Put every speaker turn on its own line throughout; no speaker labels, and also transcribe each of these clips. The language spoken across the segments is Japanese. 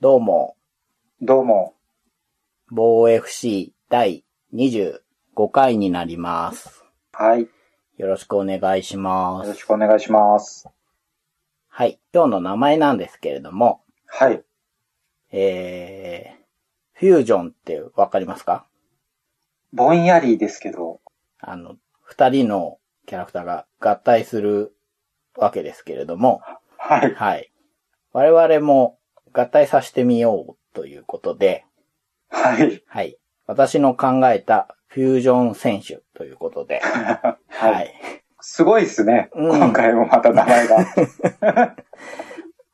どうも、
どうも。
防 FC 第25回になります。
はい。よ
よろしくお願いしま
ろ
す。
しくお願いします。
はい。今日の名前なんですけれども、
はい。
えー、フュージョンってわかりますか
ぼんやりですけど、
あの、二人のキャラクターが合体するわけですけれども、
はい。
はい。我々も合体させてみようということで、
はい。
はい。私の考えたフュージョン選手ということで、は
はい。
い。
すごいですね。
うん
今回もまた名 前が。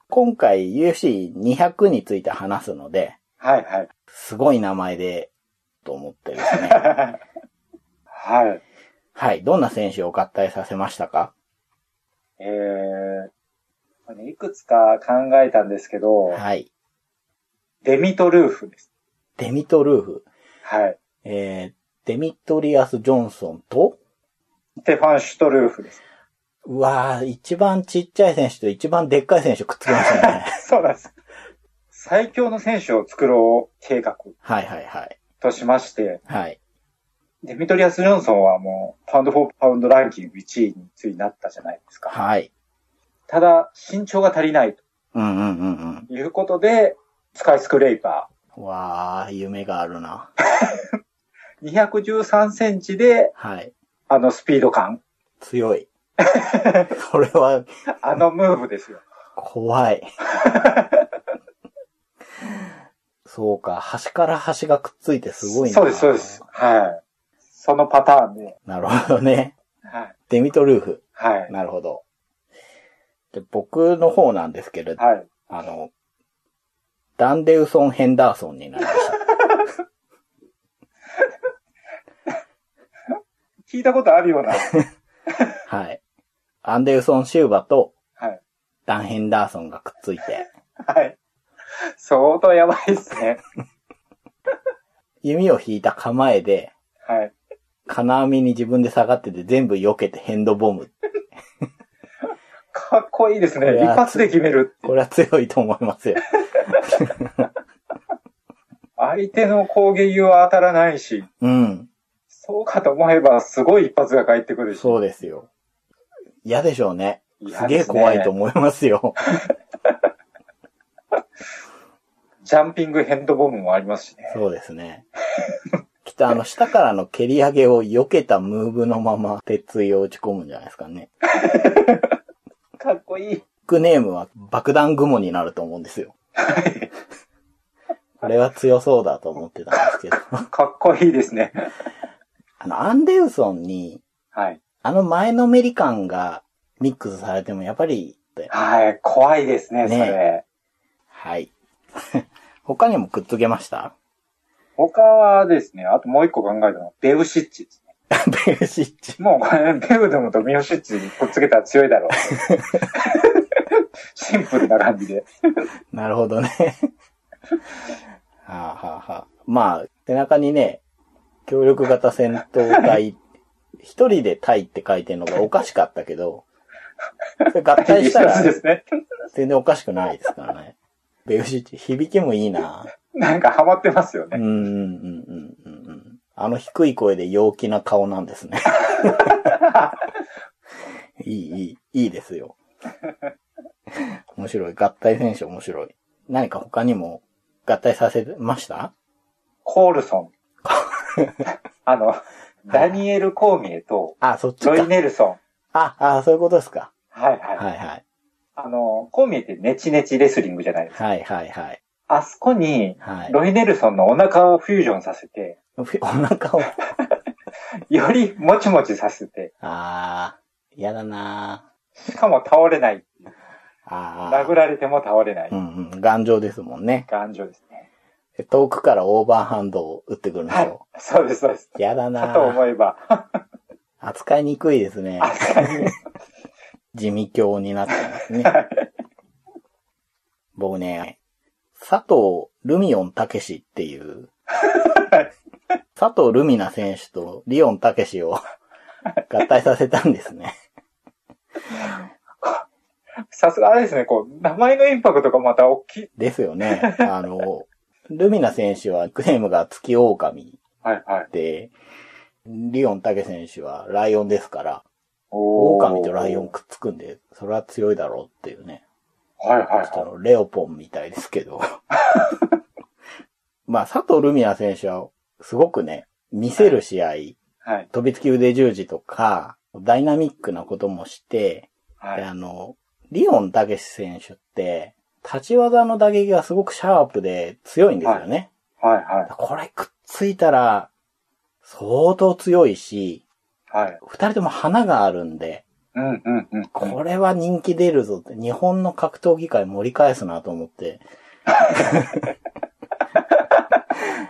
今回 UFC200 について話すので、
はいはい。
すごい名前で、と思ってですね。
はい。
はい。どんな選手を合体させましたか
えー、いくつか考えたんですけど、
はい。
デミトルーフです。
デミトルーフ。
はい。
えー、デミトリアス・ジョンソンと、
ステファン・シュトルーフ です。
うわー、一番ちっちゃい選手と一番でっかい選手くっつけました ね。
そうなんです。最強の選手を作ろう計画
はいはいはい。
としまして、
はい。
デミトリアス・ジョンソンはもう、パウンド・フォー・パウンドランキング1位についなったじゃないですか。
はい。
ただ、身長が足りない
うんうんうん
ということで、スカイスクレイパ
うん。わー、夢があるな。
ー。213センチで、
はい。
あのスピード感。
強い。それは
あのムーブですよ。
怖い。そうか、端から端がくっついてすごいな。
そうです、そうです。。はい。そのパターンで。
なるほどね。
はい。
デミトルーフ。
はい。
なるほど。で僕の方なんですけれど、
はい。
あの、ダンデウソン・ヘンダーソンになりました。
聞いたことあるよう な。
はい。アンデウソン・シューバと
はい。
ダン・ヘンダーソンがくっついて、
はい。相当やばいですね。
弓を引いた構えで、
はい。
金網に自分で下がってて全部避けてヘンドボム。
かっこいいです
こ
ね。
れ
一
は
発で決める。
これは強いと思いますよ。
相手の攻撃は当たらないし、
うん。
そうかと思えば、すごい一発が返ってくるし。
そうですよ。嫌でしょうね。す
嫌
げ
で
え
すね
怖いと思いますよ。
ジャンピングヘンドボムもありますしね。
そうですね。きっとあの、下からの蹴り上げを避けたムーブのまま、鉄槌を打ち込むんじゃないですかね。
かっこいい。
ニックネームは爆弾雲になると思うんですよ。これは強そうだと思ってたんですけど。
かっこいいですね。
あの、アンデウソンに、
はい。
あの前のメリカンがミックスされてもやっぱり、
はい。怖いです
ね
ね、それ。
はい。他にもくっつけま した
他はですね、あともう一個考えたのは、ベウシッチですね。
ベルシッチ。
もうこれ、 ベウドムとミオシッチにくっつけたら強いだろう。 シンプルな感じで。
なるほどね。はあ、はあはあ、まあ、背中にね、協力型戦闘隊、一人で隊って書いてるのがおかしかったけど、それ合体
一
したら
つですね。
全然おかしくないですからね。ベウシッチ、響きもいいな。
なんかハマってますよ
う
ね
ん、。うん、うん、うんうんうん。あの低い声で陽気な顔なんですね。 いい、いい、いいですよ。面白い。合体選手面白い。何か他にも合体させました
コー ルソン。あの、ダニエル・コーミエと、
あ、そっち
ロイ・
か。
ネルソン。
あ、あ、そういうことですか。
はいはい。
はいはい。
あの、コーミエってネチネチレスリングじゃないですか。
はいはいはい。
あそこに、
はい。
ロイ・ネルソンのお腹をフュージョンさせて、
お腹を、
よりもちもちさせて、
あー、嫌だな
しかも倒れない。
ーあー。
殴られても倒れない
うんうん、頑丈ですもんね。
感情ですね。
で遠くからオーバーハンドを打ってくるんですよ。
そうです、そうです。
やだ
か
な
と
ぁ
思えば、
扱いにくいですね。
確かに。
地味教になってますね。 僕ね、佐藤ルミオンたけしって いう、佐藤ルミナ選手とリオンた けしを合体させたんですね。
さすがあれですね、こう、名前のインパクトがまた大きい。
ですよね。あの、ルミナ選手はニックネームが月狼
はいはい。
で、リオン武選手はライオンですから、
おー
狼とライオン。くっつくんで、それは強いだろうっていうね。
はいは
ちょ
い
っとあ
は
の、レオポンみたいですけど。 まあ、佐藤ルミナ選手は、すごくね、見せる試合、
い。はい。
飛びつき腕十字とか、ダイナミックなこともして、
はい
で。あの、リオン・タケシ選手って、立ち技の打撃がすごくシャープで強いんですよね。
はいは
これくっついたら、相当強いし、
い。はい。
二人とも花があるんで、
うんうんうん。
これは人気出るぞって、日本の格闘技界盛り返すなと思って、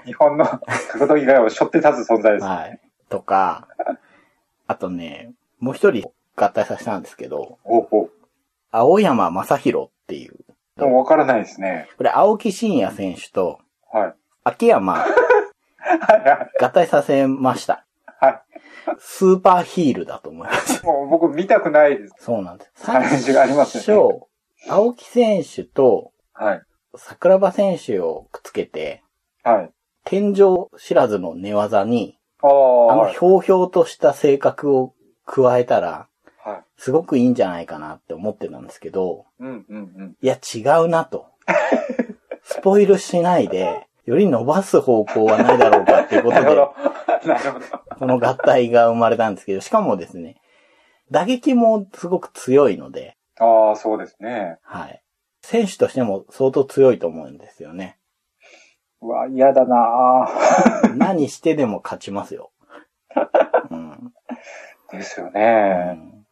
日本の 格闘技界を背負って立つ存在で す。
はい。とか、あとね、もう一人合体させたんですけど、
おうおう
青山正宏っていう、
もうわからないですね。
これ青木真也選手と
はい。
秋山
はいはい
合体させました。
は
スーパーヒールだと思います。
い。もう僕見たくないです。
そうなんです。最
感
初
じがありますね。
青木選手と
はい。
桜庭選手をくっつけて、
はい。
天井知らずの寝技に、
あ
あ
あ。
の
はい。
ひょうひょうとした性格を加えたら、すごくいいんじゃないかなって思ってたんですけど、
うんうんうん。
いや、違うなと。スポイルしないで、より伸ばす方向はないだろうかっていうこ
な
と
るほ
で、
ど。 なるほど。
この合体が生まれたんですけど、しかもですね、打撃もすごく強いので、
ああ、そうですね。
はい。選手としても相当強いと思うんですよね。
うわ、嫌だなあ
何してでも勝ちます よ。うん。
ですよ
う
ね。
ん、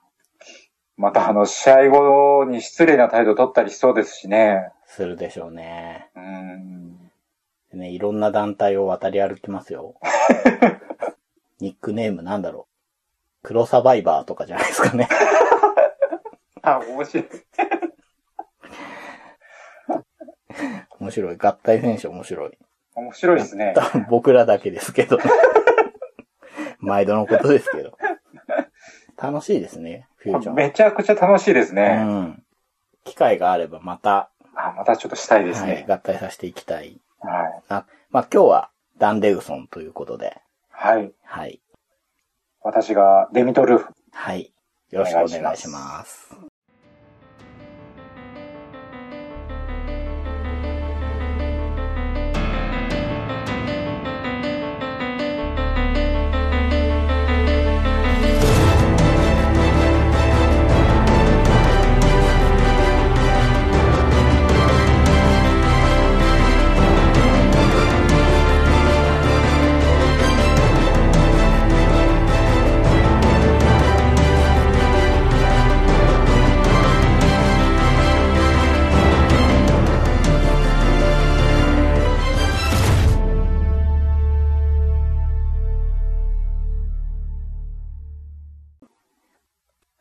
またあの、試合後に失礼な態度取ったりしそうですしね。
するでしょうね。
うーん。
ね、いろんな団体を渡り歩きます よ。ニックネームなんだろう。黒サバイバーとかじゃないですかね。
あ、面白い。
面白い。合体選手面白い。
面白いですね
多。分僕らだけですけど。 毎度のことですけど。楽しいですね、フュージョン。
めちゃくちゃ楽しいですね。
うん。機会があればまた、
あ、またちょっとしたいです
はい、
ね。
合体させていきたい
はい。
な。まあ今日はダンデグソンということで、
はい。
はい。
私がデミトルーフ。
はい。よろしくお願いします。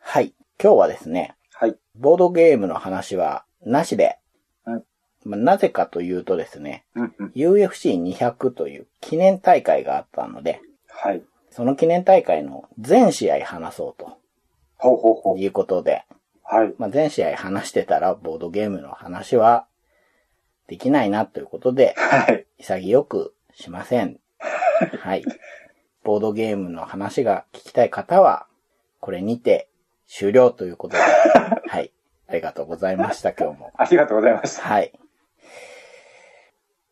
はい。今日はですね、
はい。
ボードゲームの話はなしで、
うん
まあなぜかというとですね、
うんうん。
UFC200 という記念大会があったので、
はい。
その記念大会の全試合話そう
ほうほうほ
ということで、
う。はい。
まあ、全試合話してたらボードゲームの話はできないなということで、
はい。
潔くしません。はい。ボードゲームの話が聞きたい方は、これにて終了ということで、はい。ありがとうございました、今日も。
ありがとうございました。
はい。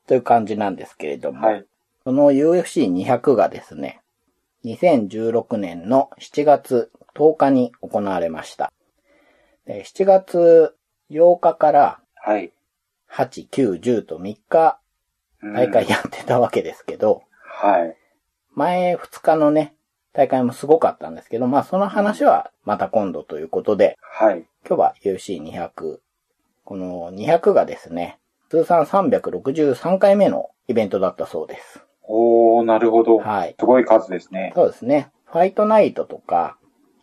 という感じなんですけれども、
はい。
その UFC200 がですね、2016年の7月10日に行われました。で7月8日から
はい。
8、9、10と3日
うん
大会。やってたわけですけど、
はい。
前2日のね、大会もすごかったんですけど、まあその話はまた今度ということで、
はい。
今日は UFC200。この200がですね、通算363回目のイベントだったそうです。
おー、なるほど。
はい。
すごい数ですね。
そうですね。ファイトナイトとか、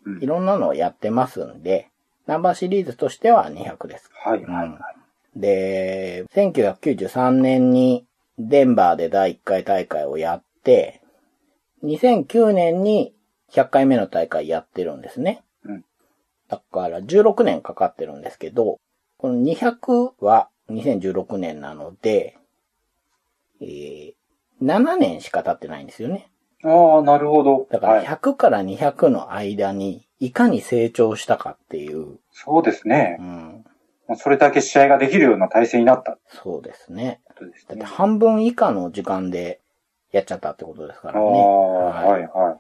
うん
いろんなのをやってますんで、ナンバーシリーズとしては200です。
はい。は
う
い
ん。で、1993年にデンバーで第1回大会をやって、2009年に100回目の大会やってるんですね。
うん
だから16年かかってるんですけど、この200は2016年なので、えー7年しか経ってないんですよね。
ああ、なるほど。
だから
はい、
100から200の間にいかに成長したかっていう、
そうですね
う。ん、
まあそれだけ試合ができるような体制になったって
そうですね。
ことです
だって
ね。
半分以下の時間でやっちゃったってことですか
あ
らね。
あ、はいは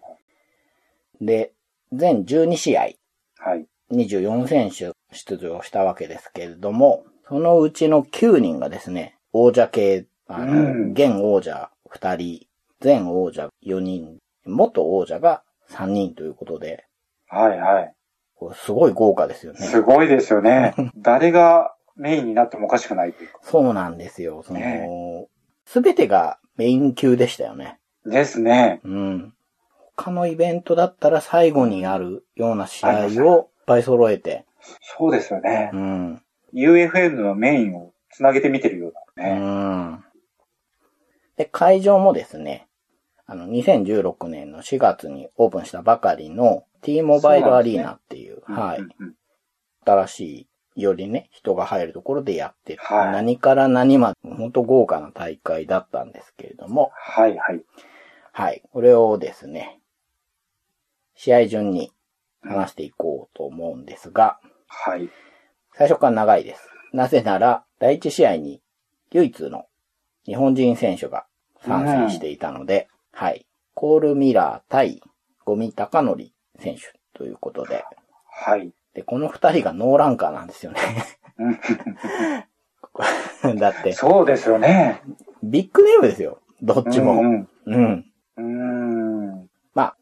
で、全12試合、
い。はい。
24選手出場したわけですけれども、そのうちの9人がですね、王者系、あの、
うん
現王者2人、前王者4人、元王者が3人ということで、
はいはい。
これすごい豪華ですよね。
すごいですよ ね。誰がメインになってもおかしくないというか。
そうなんですよ。そ
ね
の、すべてがメイン級でしたよね。
ですね。
うん。他のイベントだったら最後にあるような試
あ
合
りますね
をいっぱい揃えて、
そうですよね
う。ん。
UFN のメインをつなげて見てるよう
う
だね。
ん。で、会場もですね、あの、2016年の4月にオープンしたばかりの T モバイルアリーナっていう、はい。
うんうんうん
新しい、よりね、人が入るところでやってる。
はい
何から何まで、本当豪華な大会だったんですけれども、
はいはい。
はい。これをですね、試合順に話していこうと思うんですが、
はい。
最初から長いです。なぜなら、第一試合に唯一の日本人選手が参戦していたので、はい。コール・ミラー対ゴミ・高則選手ということで、
はい。
で、この二人がノーランカーなんですよね。
うん
だって、
そうですよね。
ビッグネームですよ。どっちも。
うん
うん。
うん。うーん。
まあ、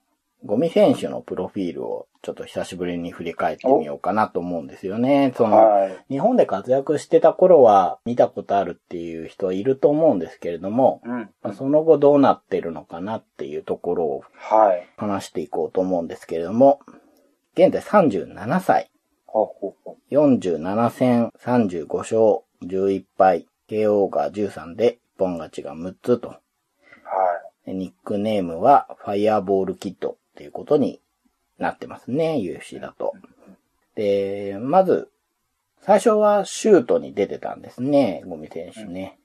ゴミ選手のプロフィールをちょっと久しぶりに振り返ってみようかなと思うんですよね。その、
はい。
日本で活躍してた頃は見たことあるっていう人いると思うんですけれども、
うん。
まあその後どうなってるのかなっていうところを
はい。
話していこうと思うんですけれども、現在37歳、
ほうほうほ
47戦35勝11敗、KO が13で一本勝ちが6つと、
う。は
ニックネームはファイアボールキッドっていうことになってますね、UFC だと。で、まず、最初はシュートに出てたんですね、ゴミ選手ね。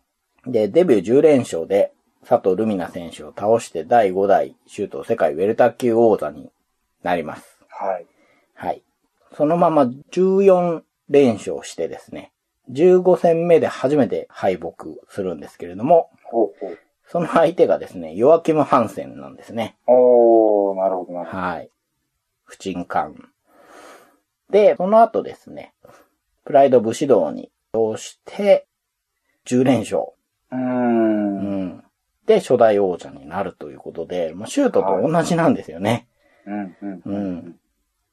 で、デビュー10連勝で佐藤ルミナ選手を倒して第5代シュート世界ウェルター級王座になります。
い。はい。
はい。そのまま14連勝してですね、15戦目で初めて敗北するんですけれども、
ほうほう。
その相手がですね、ヨアキム・ハンセンなんですね。
おー、なるほどなるほ
はい。不沈艦。で、その後ですね、プライド武士道に通して、10連勝。
ど。
う
うーん。
ん。で、初代王者になるということで、まあ、シュートと同じなんですよね。
うん。うん。
うん。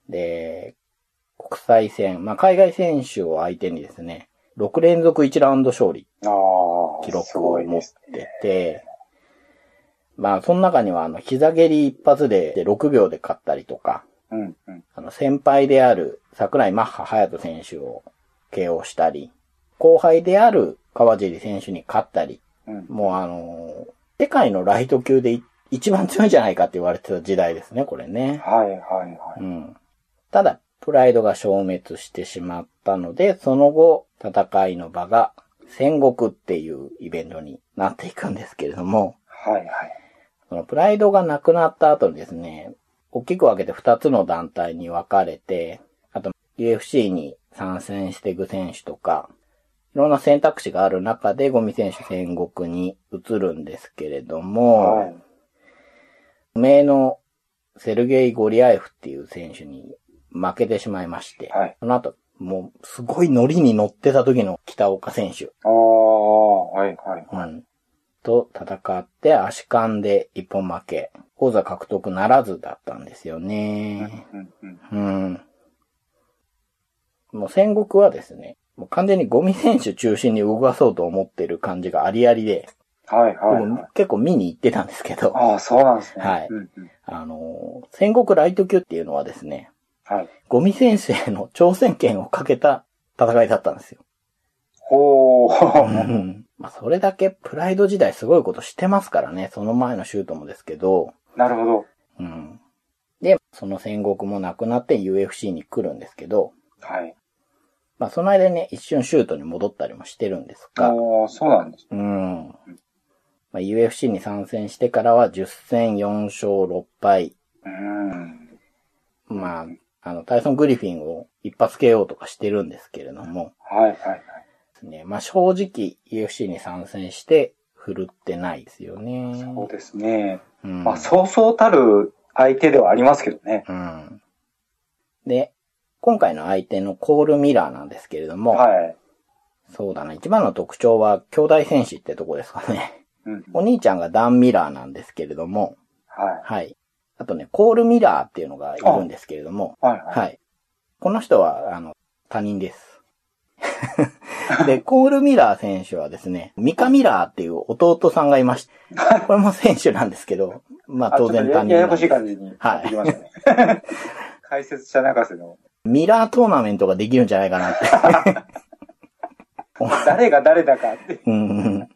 で、国際戦、まあ、海外選手を相手にですね、6連続1ラウンド勝利
ああ、
記
す
録を
ごい
持
で
っ
す。
てて、まあ、その中には、あの、膝蹴り一発でで6秒で勝ったりとか、
うん。うん。
あの、先輩である桜井マッハ隼人選手を KO したり、後輩である川尻選手に勝ったり、
うん。
もうあのー世界のライト級でい一番強いんじゃないかって言われてた時代ですね、これね。
はいはいは
う
い。
ん。ただ、プライドが消滅してしまったので、その後、戦いの場が戦国っていうイベントになっていくんですけれども、
はいはい。
そのプライドがなくなった後にですね、大きく分けて2つの団体に分かれて、あと UFC に参戦していく選手とか、いろんな選択肢がある中でゴミ選手戦国に移るんですけれども、
はい。
無名のセルゲイ・ゴリアエフっていう選手に負けてしまいまして、
はい
その後、もうすごいノリに乗ってた時の北岡選手、
ああ、はいはい。
うん、と戦って足勘で一本負け、王座獲得ならずだったんですよね。
うんうん。
うん。もう戦国はですね、もう完全にゴミ選手中心に動かそうと思ってる感じがありありで、
はいはい
僕
はい。
結構見に行ってたんですけど、
ああ、そうなんですね。
はい
うんうん
あのー戦国ライト級っていうのはですね、
はい。
ゴミ選手への挑戦権をかけた戦いだったんですよ。
ほ
う
ー。
んまあ、それだけプライド時代すごいことしてますからね、その前のシュートもですけど、
なるほど。
うん。で、その戦国もなくなって UFC に来るんですけど、
はい。
まあその間にね、一瞬シュートに戻ったりもしてるんですが、
おー、そうなんです。
うん。まあ、UFC に参戦してからは10戦4勝6敗。
うーん。
まあ、あの、タイソン・グリフィンを一発 KO とかしてるんですけれども、
はい、はい、はい。
ね、まあ正直 UFC に参戦して振るってないですよね。
そうですね。
うん
まあ、そうそうたる相手ではありますけどね。
うん。で、今回の相手のコール・ミラーなんですけれども、
はい。
そうだな、一番の特徴は兄弟戦士ってとこですかね。
うん。
お兄ちゃんがダン・ミラーなんですけれども、
は
はい。あとね、コールミラーっていうのがいるんですけれども、
い。はい、はい。
はい。この人は、あの、他人です。 で、コールミラー選手はですね、ミカミラーっていう弟さんがいました。これも選手なんですけど、まあ当然
ちょっ
他人
とやや
な
や
んで
こしい
す。
感じになってきましたね。 解説者泣か せの、
ミラートーナメントができるんじゃないかなって。
誰が誰だかって。
うんうん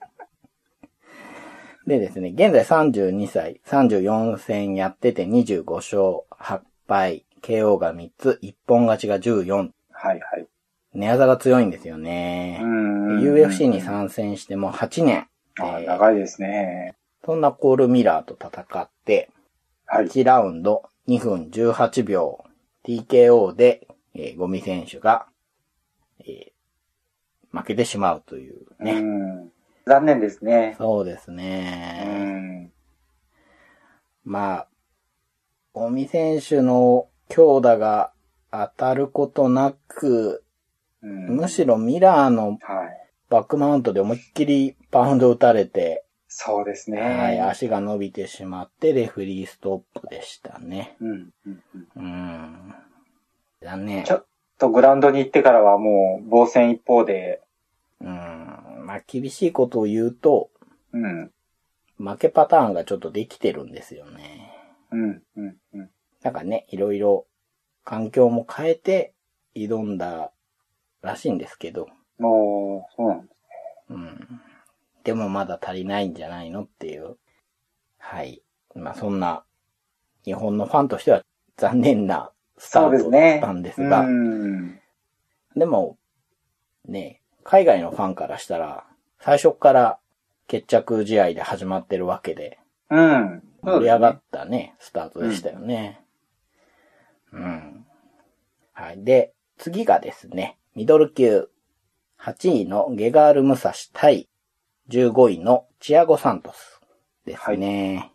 でですね、現在32歳、34戦やってて25勝8敗、KO が3つ、一本勝ちが14
はいはい。
寝技が強いんですよね。
ん
UFC に参戦してもう8年、
あ
えー
長いですね。
そんなコールミラーと戦って、
はい。
1ラウンド2分18秒、TKO で、えーゴミ選手が、えー負けてしまうというね。
うん残念ですね。
そうです
う
ね。
ん。
まあ、ゴミ選手の強打が当たることなく、
うん
むしろミラーの
はい。
バックマウントで思いっきりパウンド打たれて、
そうですね。
はい、足が伸びてしまって、レフリーストップでしたね。
うん。うんうん
うん。残念。
ちょっとグラウンドに行ってからはもう防戦一方で、
うん。まあ、厳しいことを言うと、
うん。
負けパターンがちょっとできてるんですよね。
うん。うん。うん。
なんかね、いろいろ環境も変えて挑んだらしいんですけど、
もう、そうなんです。
うん。でもまだ足りないんじゃないのっていう。はい。まあ、そんな、日本のファンとしては残念なスタ
そうで
ー
す
トだ
ね。
ったんですが、
うん。
でも、ね、海外のファンからしたら、最初から決着試合で始まってるわけで、
うん。
盛り上が
て。
ったね、スタートでしたよね。うん。はい。で、次がですね、ミドル級、8位のゲガール・ムサシ対15位のチアゴ・サントスですね。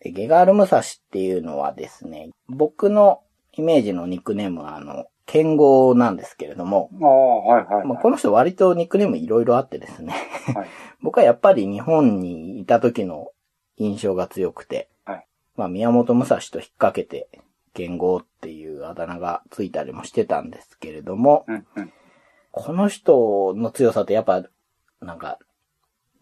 でゲガール・ムサシっていうのはですね、僕のイメージのニックネームは、あの、剣豪なんですけれども、
ああ、はいはいはい。
まあ、この人割とニックネームいろいろあってですね、
はい
僕はやっぱり日本にいた時の印象が強くて、
はい
まあ宮本武蔵と引っ掛けて、剣豪っていうあだ名がついたりもしてたんですけれども、
うんうん。
この人の強さってやっぱ、なんか、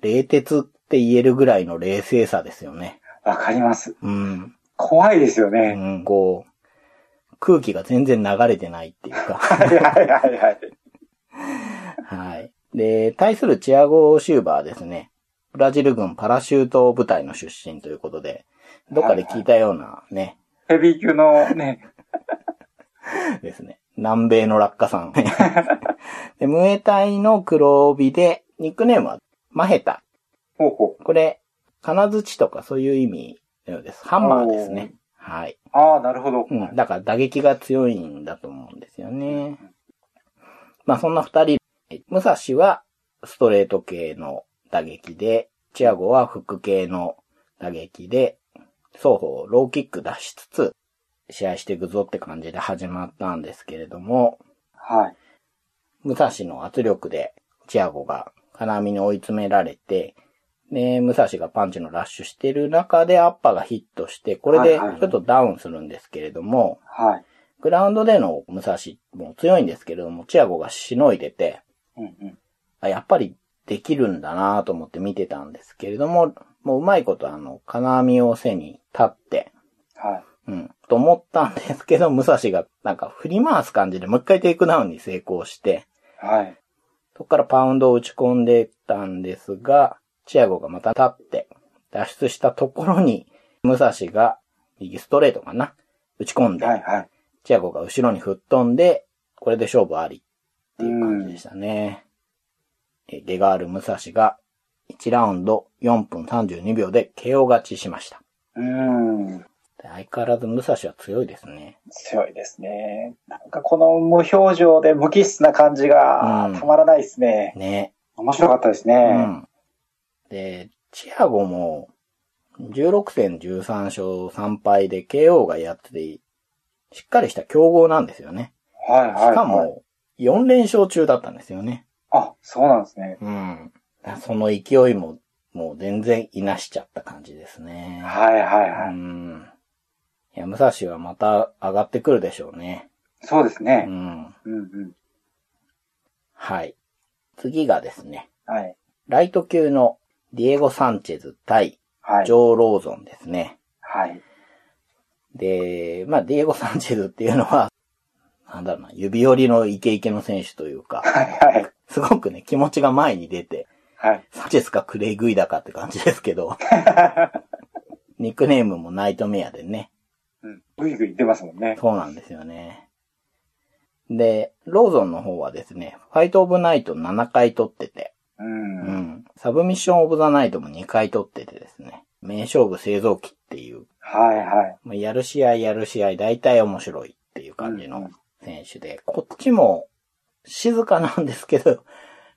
冷徹って言えるぐらいの冷静さですよね。
わかります。
うん。
怖いですよ
う
ね。
ん、こう、空気が全然流れてないっていうか。
はいはいはいはい。
はい。で、対するチアゴ・シューバーはですね、ブラジル軍パラシュート部隊の出身ということで、どっかで聞いたようなね、
ヘビー級のね、
ですね。南米の落下さん。 で、ムエタイの黒帯で、ニックネームはマヘタ。
ほうほう。
これ、金槌とかそういう意味のようです。ハンマーですね。はい。
ああ、なるほど。
うん。だから打撃が強いんだと思うんですよね。まあそんな二人、え武蔵はストレート系の打撃で、チアゴはフック系の打撃で、双方ローキック出しつつ、試合していくぞって感じで始まったんですけれども、
はい。
武蔵の圧力で、チアゴが金網に追い詰められて、で、武蔵がパンチのラッシュしてる中でアッパーがヒットして、これでちょっとダウンするんですけれども、
はい。
グラウンドでの武蔵も強いんですけれども、チアゴがしのいでて、
うんうん。
あやっぱりできるんだなと思って見てたんですけれども、もううまいことあの、金網を背に立って、
はい。
うん、と思ったんですけど、武蔵がなんか振り回す感じでもう一回テイクダウンに成功して、
はい。
そこからパウンドを打ち込んでたんですが、チアゴがまた立って脱出したところに、武蔵が右ストレートかな。打ち込んで、
はいはい。
チアゴが後ろに吹っ飛んで、これで勝負ありっていう感じでしたね。えゲガール・ムサシが1ラウンド4分32秒で KO 勝ちしました。
うん。
で相変わらずムサシは強いですね。
強いですね。なんかこの無表情で無機質な感じが
うん
たまらないですね。
ね。
面白かったです
う
ね。
ん。で、チアゴも16戦13勝3敗で KO がやってて、しっかりした強豪なんですよね。
はいはい、はい。
しか。も4連勝中だったんですよね。
あ、そうなんですね。
うん。その勢いも、もう全然いなしちゃった感じですね。
はいはいうはい。
ん。いや、武蔵はまた上がってくるでしょうね。
そうです
う
ね。
ん。
うんうん。
はい。次がですね、
はい。
ライト級のディエゴ・サンチェズ対
はい
ジ。ョー・ローゾンですね。
はい。
で、まあ、ディエゴ・サンチェズっていうのは、なんだろうな、指折りのイケイケの選手というか、
はいはい。
すごくね、気持ちが前に出て、
はい。
サンチェスかクレイグイダかって感じですけ ど、ニックネームもナイトメアでね、
うん。ぐいぐい出ますもんね。
そうなんですよね。で、ローゾンの方はですね、ファイトオブナイト7回取ってて、
う。
うんん。サブミッションオブザナイトも2回取っててですね、名勝負製造機っていう、
はいはい。
もうやる試合やる試合大体面白いっていう感じの選手で、こっちも静かなんですけど、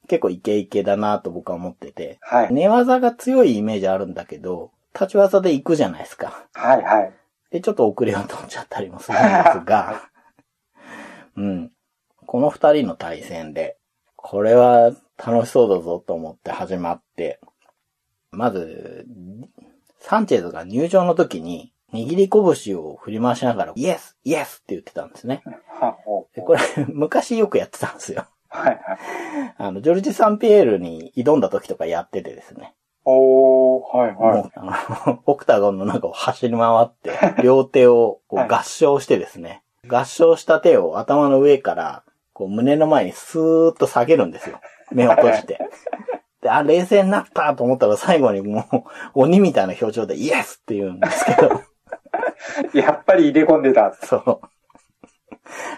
結構イケイケだなと僕は思ってて、
はい。
寝技が強いイメージあるんだけど、立ち技で行くじゃないですか。
はいはい。
で、ちょっと遅れを取っちゃったりもするんですが、うん。この二人の対戦で、これは楽しそうだぞと思って始まって、まず、サンチェズが入場の時に、握り拳を振り回しながら、イエスイエスって言ってたんですね。
はほう
で
ほ
こ
う
れ、昔よくやってたんですよ。
はいはい。
あの、ジョルジ・サンピエールに挑んだ時とかやっててですね。
おー、はいはい。
もう、あの、 オクタゴンの中を走り回って、 両手をこ
はいう
合掌してですね、合掌した手を頭の上から、こう胸の前にスーッと下げるんですよ。目を閉 じて。で、あ、冷静になったと思ったら最後にもう、鬼みたいな表情でイエスって言うんですけ ど、
やっぱり入れ込んでた。
そう。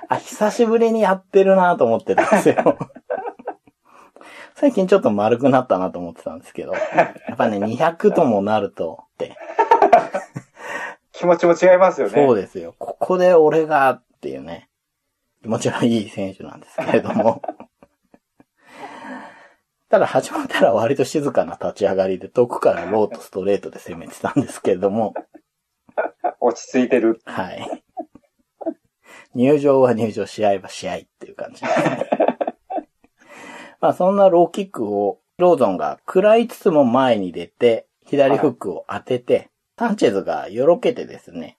あ、久しぶりにやってるなと思ってたんです よ。最近ちょっと丸くなったなと思ってたんですけど、やっぱね、200ともなると、って、
気持ちも違いますよね。
そうですよ。ここで俺がっていうね。もちろんいい選手なんですけれども。 ただ始まったら割と静かな立ち上がりで遠くからローとストレートで攻めてたんですけれども、
落ち着いてる。
はい。入場は入場、試合は試合っていう感じですね。まあそんなローキックをローゾンが食らいつつも前に出て、左フックを当てて、サンチェズがよろけてですね、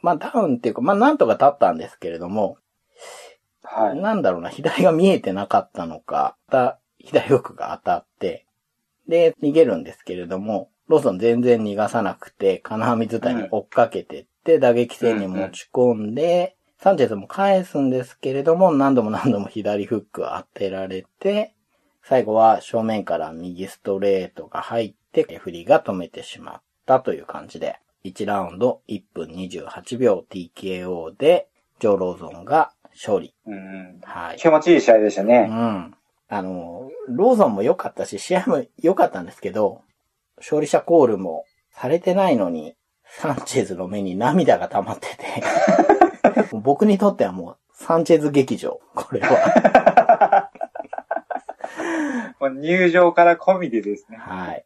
まあダウンっていうか、まあなんとか立ったんですけれども、
はい。
なんだろうな、左が見えてなかったのか、また左フックが当たって、で、逃げるんですけれども、ローソン全然逃がさなくて、金網伝いに追っかけてって、打撃戦に持ち込んで、サンチェスも返すんですけれども、何度も何度も左フック当てられて、最後は正面から右ストレートが入って、フリーが止めてしまったという感じで、1ラウンド1分28秒 TKO で、ジョー・ローゾンが勝利。
うん。
はい。
気持ちいい試合でした
う
ね。
ん。あの、ローゾンも良かったし、試合も良かったんですけど、勝利者コールもされてないのに、サンチェズの目に涙が溜まってて、僕にとってはもう、サンチェズ劇場、これは。
もう入場から込みでですね。
はい。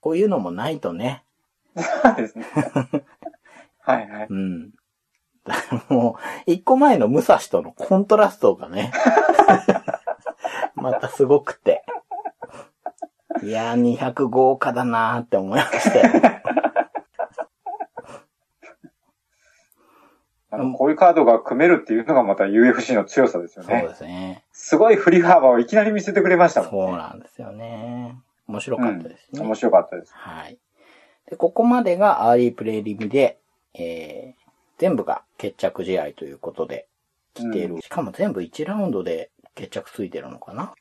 こういうのもないとね、
そ うですね。はいはい。
うん。 だからもう、一個前の武蔵とのコントラストがね、 またすごくて。いやー、200豪華だなーって思いましたよ。
あのこういうカードが組めるっていうのがまた UFC の強さですよ
そう
ね。
ですね。
すごい振り幅をいきなり見せてくれましたもん。
そうなんですよね。面白かったですね。
うん面白かったです。
はい。で、ここまでがアーリープレイリミで、えー、全部が決着試合ということで来ている。しかも全部1ラウンドで決着ついてるのかな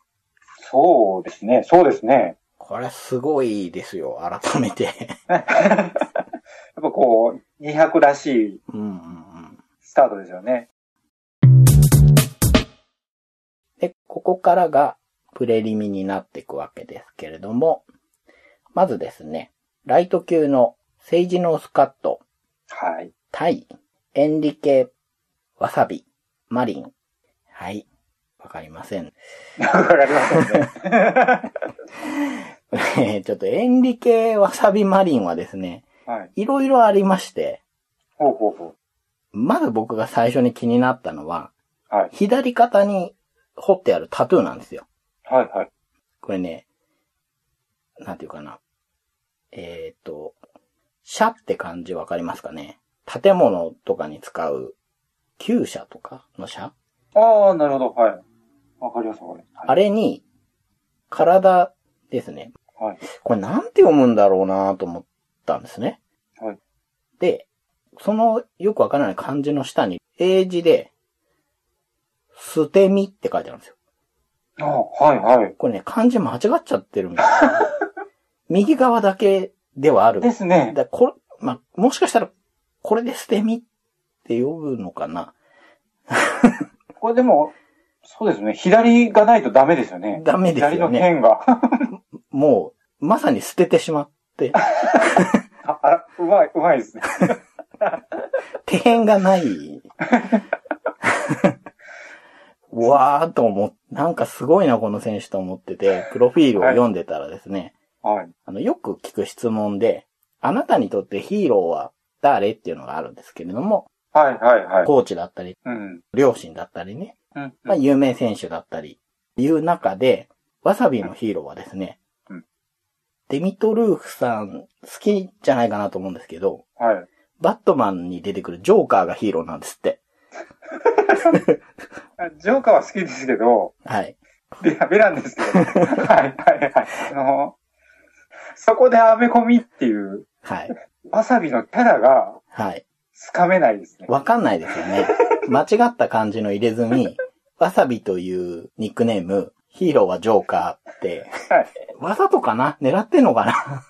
そうですね。そうですね。
これすごいですよ、改めて。
やっぱこう、 200らしい
うんうんうん。
スタートですよね。
で、ここからがプレリミになっていくわけですけれども、まずですね、ライト級のセイジノースカット、
はい。
タイ、エンリケ、ワサビ、マリン。はい。わかりません。
わかりませんね。
えーちょっとエンリケ、ワサビ、マリンはですね、
はい。
いろいろありまして、
ほうほうほ
まず僕が最初に気になったのは、
う。はい。
左肩に彫ってあるタトゥーなんですよ。
はいはい。
これね、なんていうかな。えっ、と、社って漢字わかりますかね建物とかに使う、旧社とかの社
ああ、なるほど。はい。わかります、これ。
あれに、体ですね。
はい。
これなんて読むんだろうなと思ったんですね。
はい
で、そのよくわからない漢字の下に、英字で、捨て身って書いてあるんですよ。
ああ、はいはい。
これね、漢字間違っちゃってるみたい な。右側だけではある。
ですね。
だこれ、まあ、もしかしたら、これで捨て身って呼ぶのかな
これでも、そうですね。左がないとダメですよね。
ダメですよね
左の辺が。
もう、まさに捨ててしまって、
あ、あら、うまい、うまいですね。
底辺がない。うわーと思っなんかすごいな、この選手と思ってて、プロフィールを読んでたらですね、
はい。
あの、よく聞く質問で、あなたにとってヒーローは誰っていうのがあるんですけれども、
はいはいはい。
コーチだったり、
うん。
両親だったりね、
うん。
まあ、有名選手だったり、いう中で、わさびのヒーローはですね
うん、
デミトルーフさん好きじゃないかなと思うんですけど、
はい。
バットマンに出てくるジョーカーがヒーローなんですって。
あジョーカーは好きですけど、
はい。
ベラベラなんです けど。はいはいはい。あの、そこでアメコミっていう、
はい。
わさびのキャラが
はい。
つかめないですね。
わかんないですよね。間違った漢字の入れ墨、わさびというニックネーム、ヒーローはジョーカーって、
はい。
わざとかな狙ってんのかな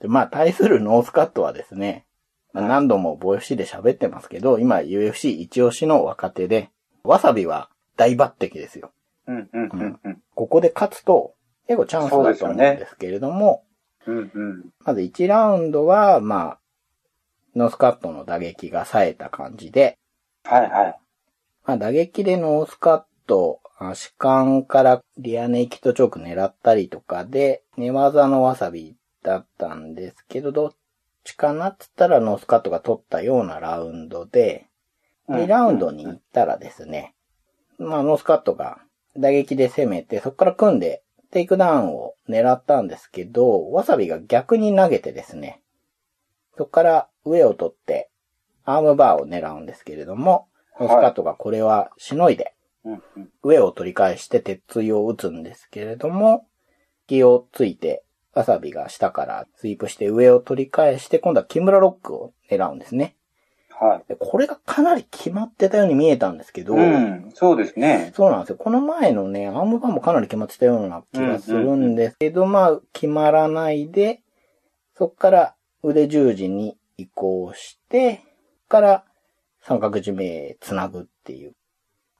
でまあ、対するノースカットはですね、まあ何度も VFC で喋ってますけど、今 UFC 一押しの若手で、わさびは大抜擢ですよ。
うんうんうんうん。
ここで勝つと、結構チャンスだ
そうで
と
す
思う
よ
ん
ね
ですけれども、
うんうん。
まず1ラウンドは、まあ、ノースカットの打撃が冴えた感じで、
はいはい。
まあ、打撃でノースカット、足感からリアネイキッドチョーク狙ったりとかで、寝技のわさびだったんですけど、どっちかなっつったらノースカットが取ったようなラウンドで、2ラウンドに行ったらですね、まあ、ノースカットが打撃で攻めて、そこから組んで、テイクダウンを狙ったんですけど、わさびが逆に投げてですね、そこから上を取って、アームバーを狙うんですけれども、
は
ノ
い
ースカットがこれはしのいで、
うんうん。
上を取り返して鉄槌を打つんですけれども、気をついて、わさびが下からスイープして上を取り返して、今度は木村ロックを狙うんですね。
はい。
でこれがかなり決まってたように見えたんですけど、
うん。そうですね。
そうなんですよ。この前のね、アームバーもかなり決まってたような気がするんですけど、まあ、決まらないで、そっから腕十字に移行して、そっから三角締めつなぐっていう。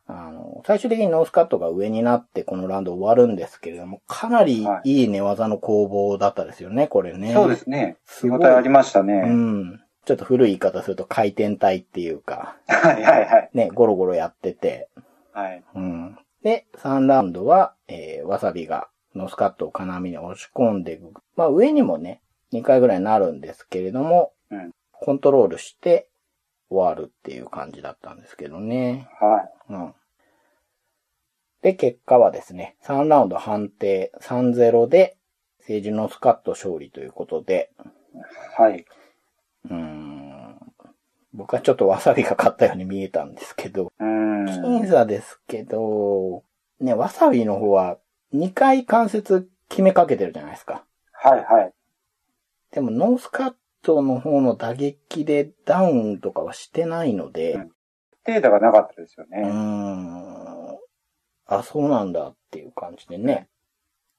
あの、最終的にノースカットが上になってこのラウンド終わるんですけれども、かなりいい寝技の攻防だったですよね、これね。
そうですね。
す
見
ご
応
い
えありました
う
ね。
ん。ちょっと古い言い方すると回転体っていうか、
はいはいはい。
ね、ゴロゴロやってて、
はい。
うん。で、3ラウンドは、えー、わさびが、ノースカットを金網に押し込んでいく。まあ、上にもね、2回ぐらいになるんですけれども、
うん
コントロールして終わるっていう感じだったんですけどね。
は
うん。で、結果はですね、3ラウンド判定3-0で、政治ノースカット勝利ということで、
い。はい。
うーん。僕はちょっとわさびが勝ったように見えたんですけど、
うん。
僅差ですけど、ね、わさびの方は2回関節決めかけてるじゃないですか。
はいはい。
でもノースカットの方の打撃でダウンとかはしてないので、
うんデータがなかったですよ
うー
ね。
ん、あ、そうなんだっていう感じでね。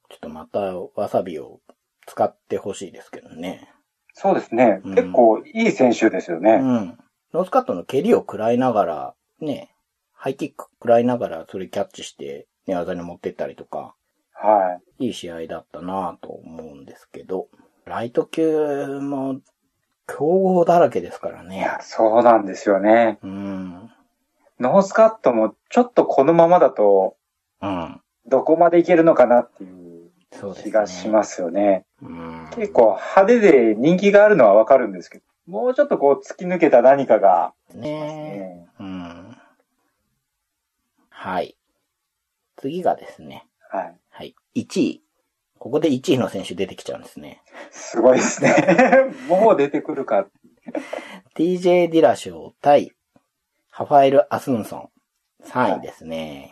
ちょっとまたわさびを使ってほしいですけどね。
そうですね。
うん
結構いい選手ですよ
う
ね。
ん。ノースカットの蹴りを食らいながら、ね、ハイキック食らいながらそれキャッチして、寝技に持ってったりとか、
はい
い試合だったなぁと思うんですけど、ライト級も強豪だらけですから
い。い
ね。
や、そうなんですよね。
うん。
ノースカットもちょっとこのままだと、
うん。
どこまでいけるのかなっていう
そうですね。
気がしますよね。
うん。
結構派手で人気があるのはわかるんですけど、もうちょっとこう突き抜けた何かが、
ね。
ね
うん。はい。次がですね。
はい。
はい。1位。ここで1位の選手出てきちゃうんですね。
すごいですね。 もう出てくるか。
TJ ディラショー対ハファエル・アスンソン。3位ですね。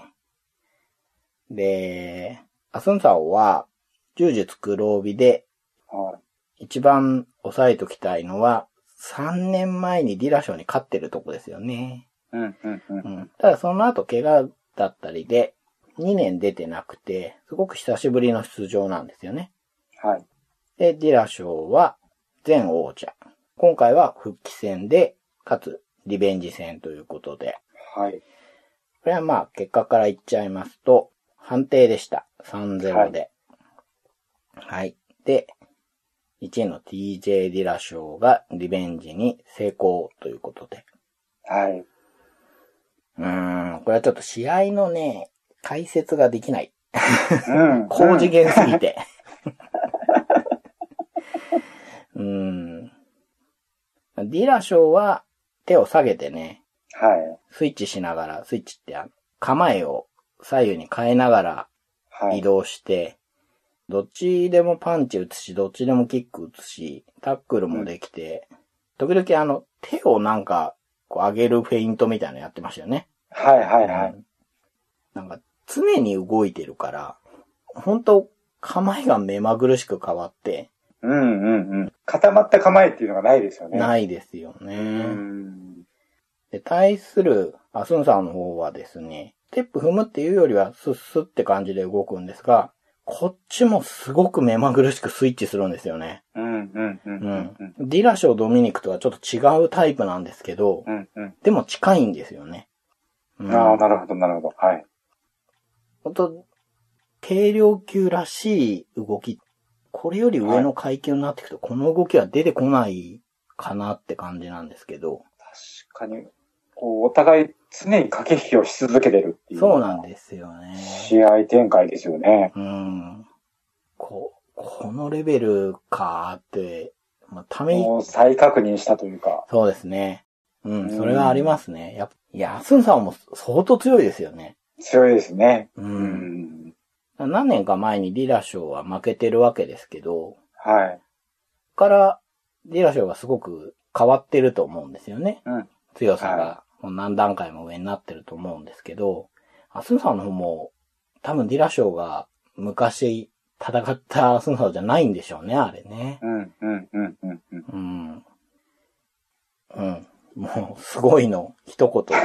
で、アスンソンは、柔術黒帯で、
は
一番抑えときたいのは、3年前にディラショーに勝ってるとこですよね。
い。うん、うん、うん。
うん。ただその後怪我だったりで、2年出てなくて、すごく久しぶりの出場なんですよね。
はい。
で、ディラ賞は前王者。今回は復帰戦で、かつリベンジ戦ということで。
はい。
これはまあ結果から言っちゃいますと、判定でした。3-0で。はい。で、1位の TJ ディラ賞がリベンジに成功ということで。
はい。
うーん、これはちょっと試合のね、解説ができない。
うん。
高次元すぎて。 うん。ディラショーは手を下げてね、
うんはい。
スイッチしながら、スイッチってあの構えを左右に変えながら
はい。
移動して、どっちでもパンチ打つし、どっちでもキック打つし、タックルもできて、時々あの手をなんかこう上げるフェイントみたいなのやってましたよね。
はいはいはい。
なんか常に動いてるから、本当構えが目まぐるしく変わって、
うんうんうん。固まった構えっていうのがないですよね。い。
ないですよね。
うん。
で、対するアスンさんの方はですね、ステップ踏むっていうよりはスッスッって感じで動くんですが、こっちもすごく目まぐるしくスイッチするんですよね。
うんうんうん
う
うんん。。
ディラショードミニクとはちょっと違うタイプなんですけど
う、んうん。
でも近いんですよね。うん
ああ、なるほどなるほど。はい。
本当軽量級らしい動き。これより上の階級になっていくと、この動きは出てこないかなって感じなんですけど。
確かに、こう、お互い常に駆け引きをし続けてるっていう。
そうなんですよね。
試合展開ですよね。
うん。こ、このレベルかーって、まあ、ため、
もう再確認したというか。
そうですね。う、
うんん
それはありますね。やっぱいや、アスンさんも相当強いですよね。
強いですね。
う。
うんん。
何年か前にリラ賞は負けてるわけですけど、
はい。
から、ディラショーがすごく変わってると思うんですよね。
うん。
強さが
は
もう何段階も上になってると思うんですけど、アスンさんの方も、多分ディラショーが昔戦ったアスンさんじゃないんでしょうね、あれね。
うんうんうんうんうん。
うん。うん。もう、すごいの、一言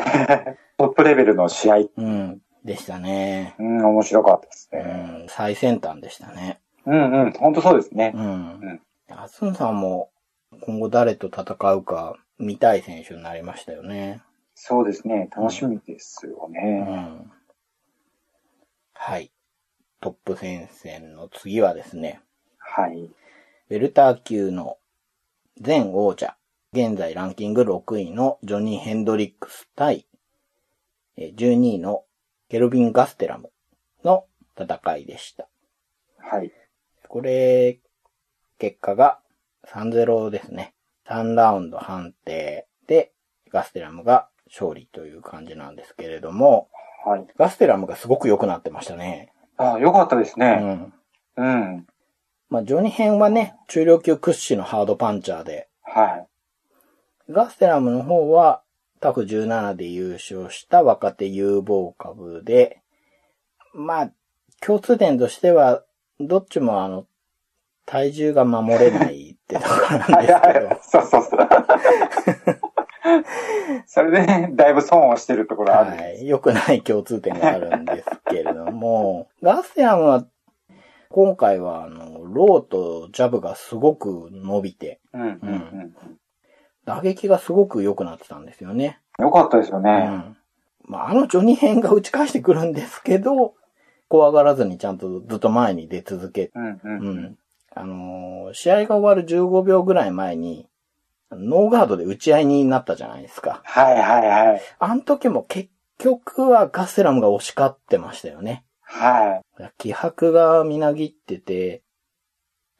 で。
トップレベルの試合。
うん。でしたね。
うん、面白かったです
う
ね。
ん。最先端でしたね。
うんうん。ほんとそうですね
う。ん
ん。
アスンさんも、今後誰と戦うか、見たい選手になりましたよね。
そうですね。楽しみですよ
う
ね。
んはい。トップ戦線の次はですね、
はい。
ウェルター級の前王者、現在ランキング6位のジョニー・ヘンドリックス対えー12位のケルビン・ガステラムの戦いでした。
はい。
これ、結果が3-0ですね。3ラウンド判定でガステラムが勝利という感じなんですけれども、
はい。
ガステラムがすごく良くなってましたね。
ああ、よかったです
う
ね。
ん。
うん。
まあ、ジョニ編はね、中量級屈指のハードパンチャーで、
は
ガステラムの方は、タフ17で優勝した若手有望株で、まあ、共通点としては、どっちもあの、体重が守れないってところ
い。
な
は
ん
い
ですけ
はい。そうそう そう。それで、ね、だいぶ損をしてるとこ
ど、
ろある。
はい。良くない共通点があるんですけれども、ガステラムは、今回は、あの、ローとジャブがすごく伸びて、
うん、うん、うん。
打撃がすごく良くなってたんですよね。
よかったですよ
う
ね。
ん。まあ、あのジョニー編が打ち返してくるんですけど、怖がらずにちゃんとずっと前に出続けて
うん、うん、
う
うん。
ん。あのー試合が終わる15秒ぐらい前に、ノーガードで打ち合いになったじゃないですか。
はい、はい、はい。
あの時も結局はガスラムが押し勝ってましたよね。
は
気迫がみなぎってて、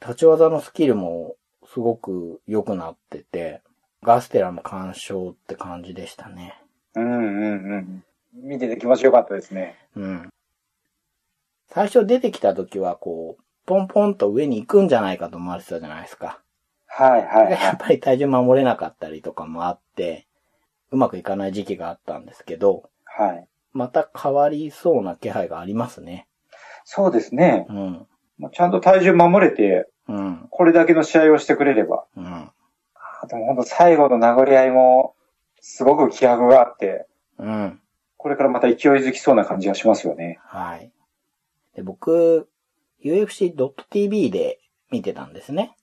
立ち技のスキルもすごく良くなってて、ガステラも完勝って感じでしたね。
い。うん、うん、うん。見てて気持ちよかったですね。
うん。最初出てきた時はこう、ポンポンと上に行くんじゃないかと思われてたじゃないですか。
はい、はい、は
やっ
い。
ぱり体重守れなかったりとかもあって、うまくいかない時期があったんですけど、
はい。
また変わりそうな気配がありますね。
そうですね。
うん。
もうちゃんと体重守れて、
うん。
これだけの試合をしてくれれば。
うん。
あでも本当最後の殴り合いも、すごく気迫があって、
うん。
これからまた勢いづきそうな感じがしますよね。
はい。で僕、UFC.tv で見てたんですね。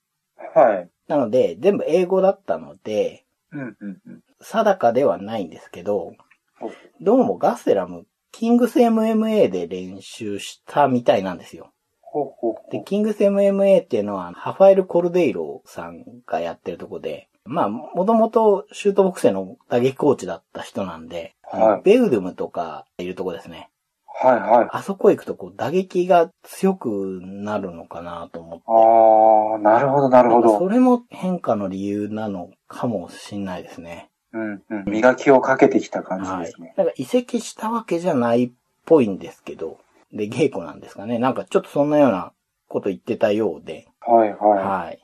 はい。
なので、全部英語だったので、
うん、うん、うん。
定かではないんですけど、
そう
どうもガステラム、キングス MMA で練習したみたいなんですよ。
ほうほうほ
で、
う。
キングス MMA っていうのは、ハファエル・コルデイロさんがやってるとこで、まあ、もともとシュートボクセの打撃コーチだった人なんで、
はい
ベウドゥムとかいるとこですね。
はい、はい。
あそこ行くとこう打撃が強くなるのかなと思って。
ああ、なるほど、なるほ
なんかそ
ど。
れも変化の理由なのかもしんないですね。
うん、うん。磨きをかけてきた感じ
は
で
い
すね。。
なんか移籍したわけじゃないっぽいんですけど、で、稽古なんですかね。なんかちょっとそんなようなこと言ってたようで、
はい、は
はい。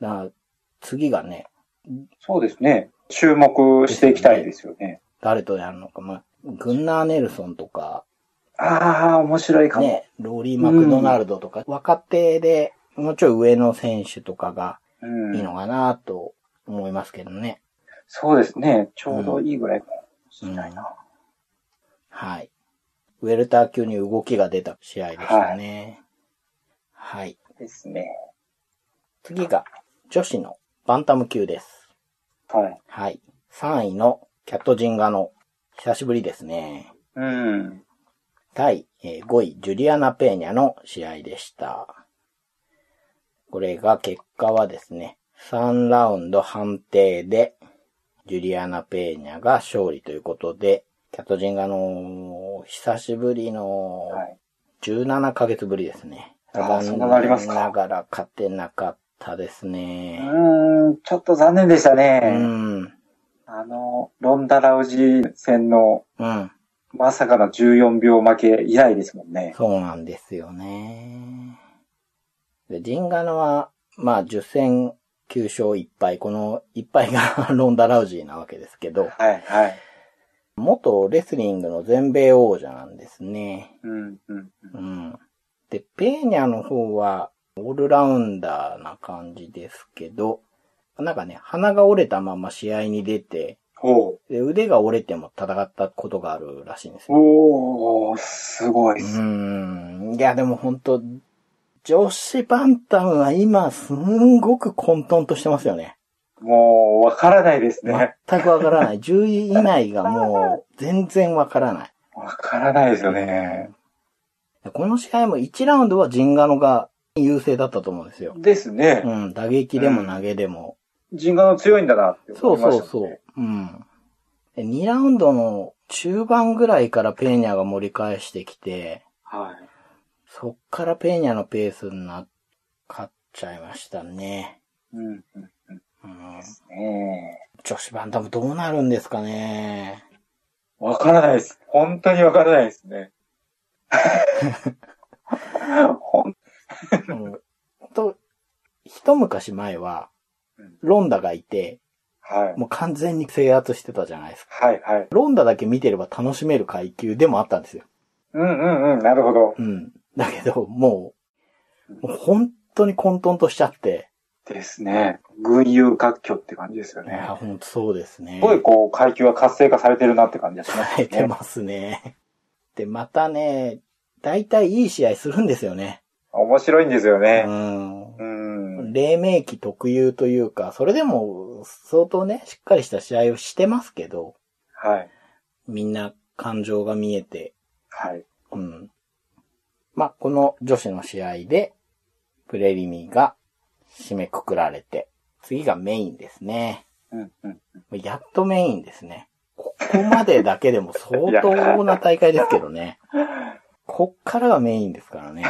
だから次がね、
い。そうですね。注目していきたいですよね。
誰とやるのか、まあ、グンナー・ネルソンとか、
ああ、面白いかも。
ね、ローリー・マクドナルドとか、若手で、もうちょい上の選手とかが
うん、
いいのかなと思いますけどね。
そうですね。ちょうどいいぐらいかもし
う
れ
ん
ないな。
はい。ウェルター級に動きが出た試合でしたね。はい。
ですね。
次が、女子のバンタム級です。
はい。
はい。3位のキャットジンガの、久しぶりですね。
うん。
対えー5位、ジュリアナ・ペーニャの試合でした。これが結果はですね、3ラウンド判定で、ジュリアナ・ペーニャが勝利ということで、キャットジンガの、久しぶりの
はい。
17ヶ月ぶりですね。
あーそんなのありますか
残念ながら勝てなかったです
う
ね。
ーん、ちょっと残念でした
う
ね。
ん。うん。
あの、ロンダ・ラウジー戦のまさかの14秒負け以来ですもんね。
そうなんですよね。で、ジンガノは、まあ、10戦9勝1敗。この1敗が ロンダ・ラウジーなわけですけど、
はい、はい。
元レスリングの全米王者なんですね。
うん、うん。
うん。で、ペーニャの方は、オールラウンダーな感じですけど、なんかね、鼻が折れたまま試合に出て、
おう
で腕が折れても戦ったことがあるらしいんですよ。
おー、すごいっ
う
す。
ーん。いや、でも本当女子バンタムは今、すんごく混沌としてますよね。
もう、わからないですね。
全くわからない。10位以内がもう、全然わからない。
わからないですよね。
この試合も1ラウンドはジンガノが優勢だったと思うんですよ。
ですね
う。ん。打撃でも投げでも。
人ガの強いんだなって
そ
思
う
い
そ
まし
う
た
そ
もん
う
ね。。
うん。で2ラウンドの中盤ぐらいからペーニャが盛り返してきて、
はい。
そっからペーニャのペースになっ、勝っちゃいましたね。
うん。うん
うん
ですね
女子バンタムどうなるんですかね。
わからないです。本当にわからないですね。ほん
うん、と、一昔前は
うん、
ロンダがいて、
はい。
もう完全に制圧してたじゃないですか。
はい、はい。
ロンダだけ見てれば楽しめる階級でもあったんですよ。
うん、うん、うん。なるほど。
うん。だけど、もう、もう本当に混沌としちゃって、
ですね。群雄割拠って感じですよ
い
ね
や、。本当そうですね。
すごいこう、階級が活性化されてるなって感じがします
耐え
よ
て
ね。
ますね。で、またね、大体いい試合するんですよね。
面白いんですよね。
う
うん。
ん。黎明期特有というか、それでも相当ね、しっかりした試合をしてますけど、
はい。
みんな感情が見えて、
はい。
うん。まあ、この女子の試合で、プレリミが締めくくられて、次がメインですね。
うんうん。
やっとメインですね。ここまでだけでも相当な大会ですけどね。こっからがメインですからね。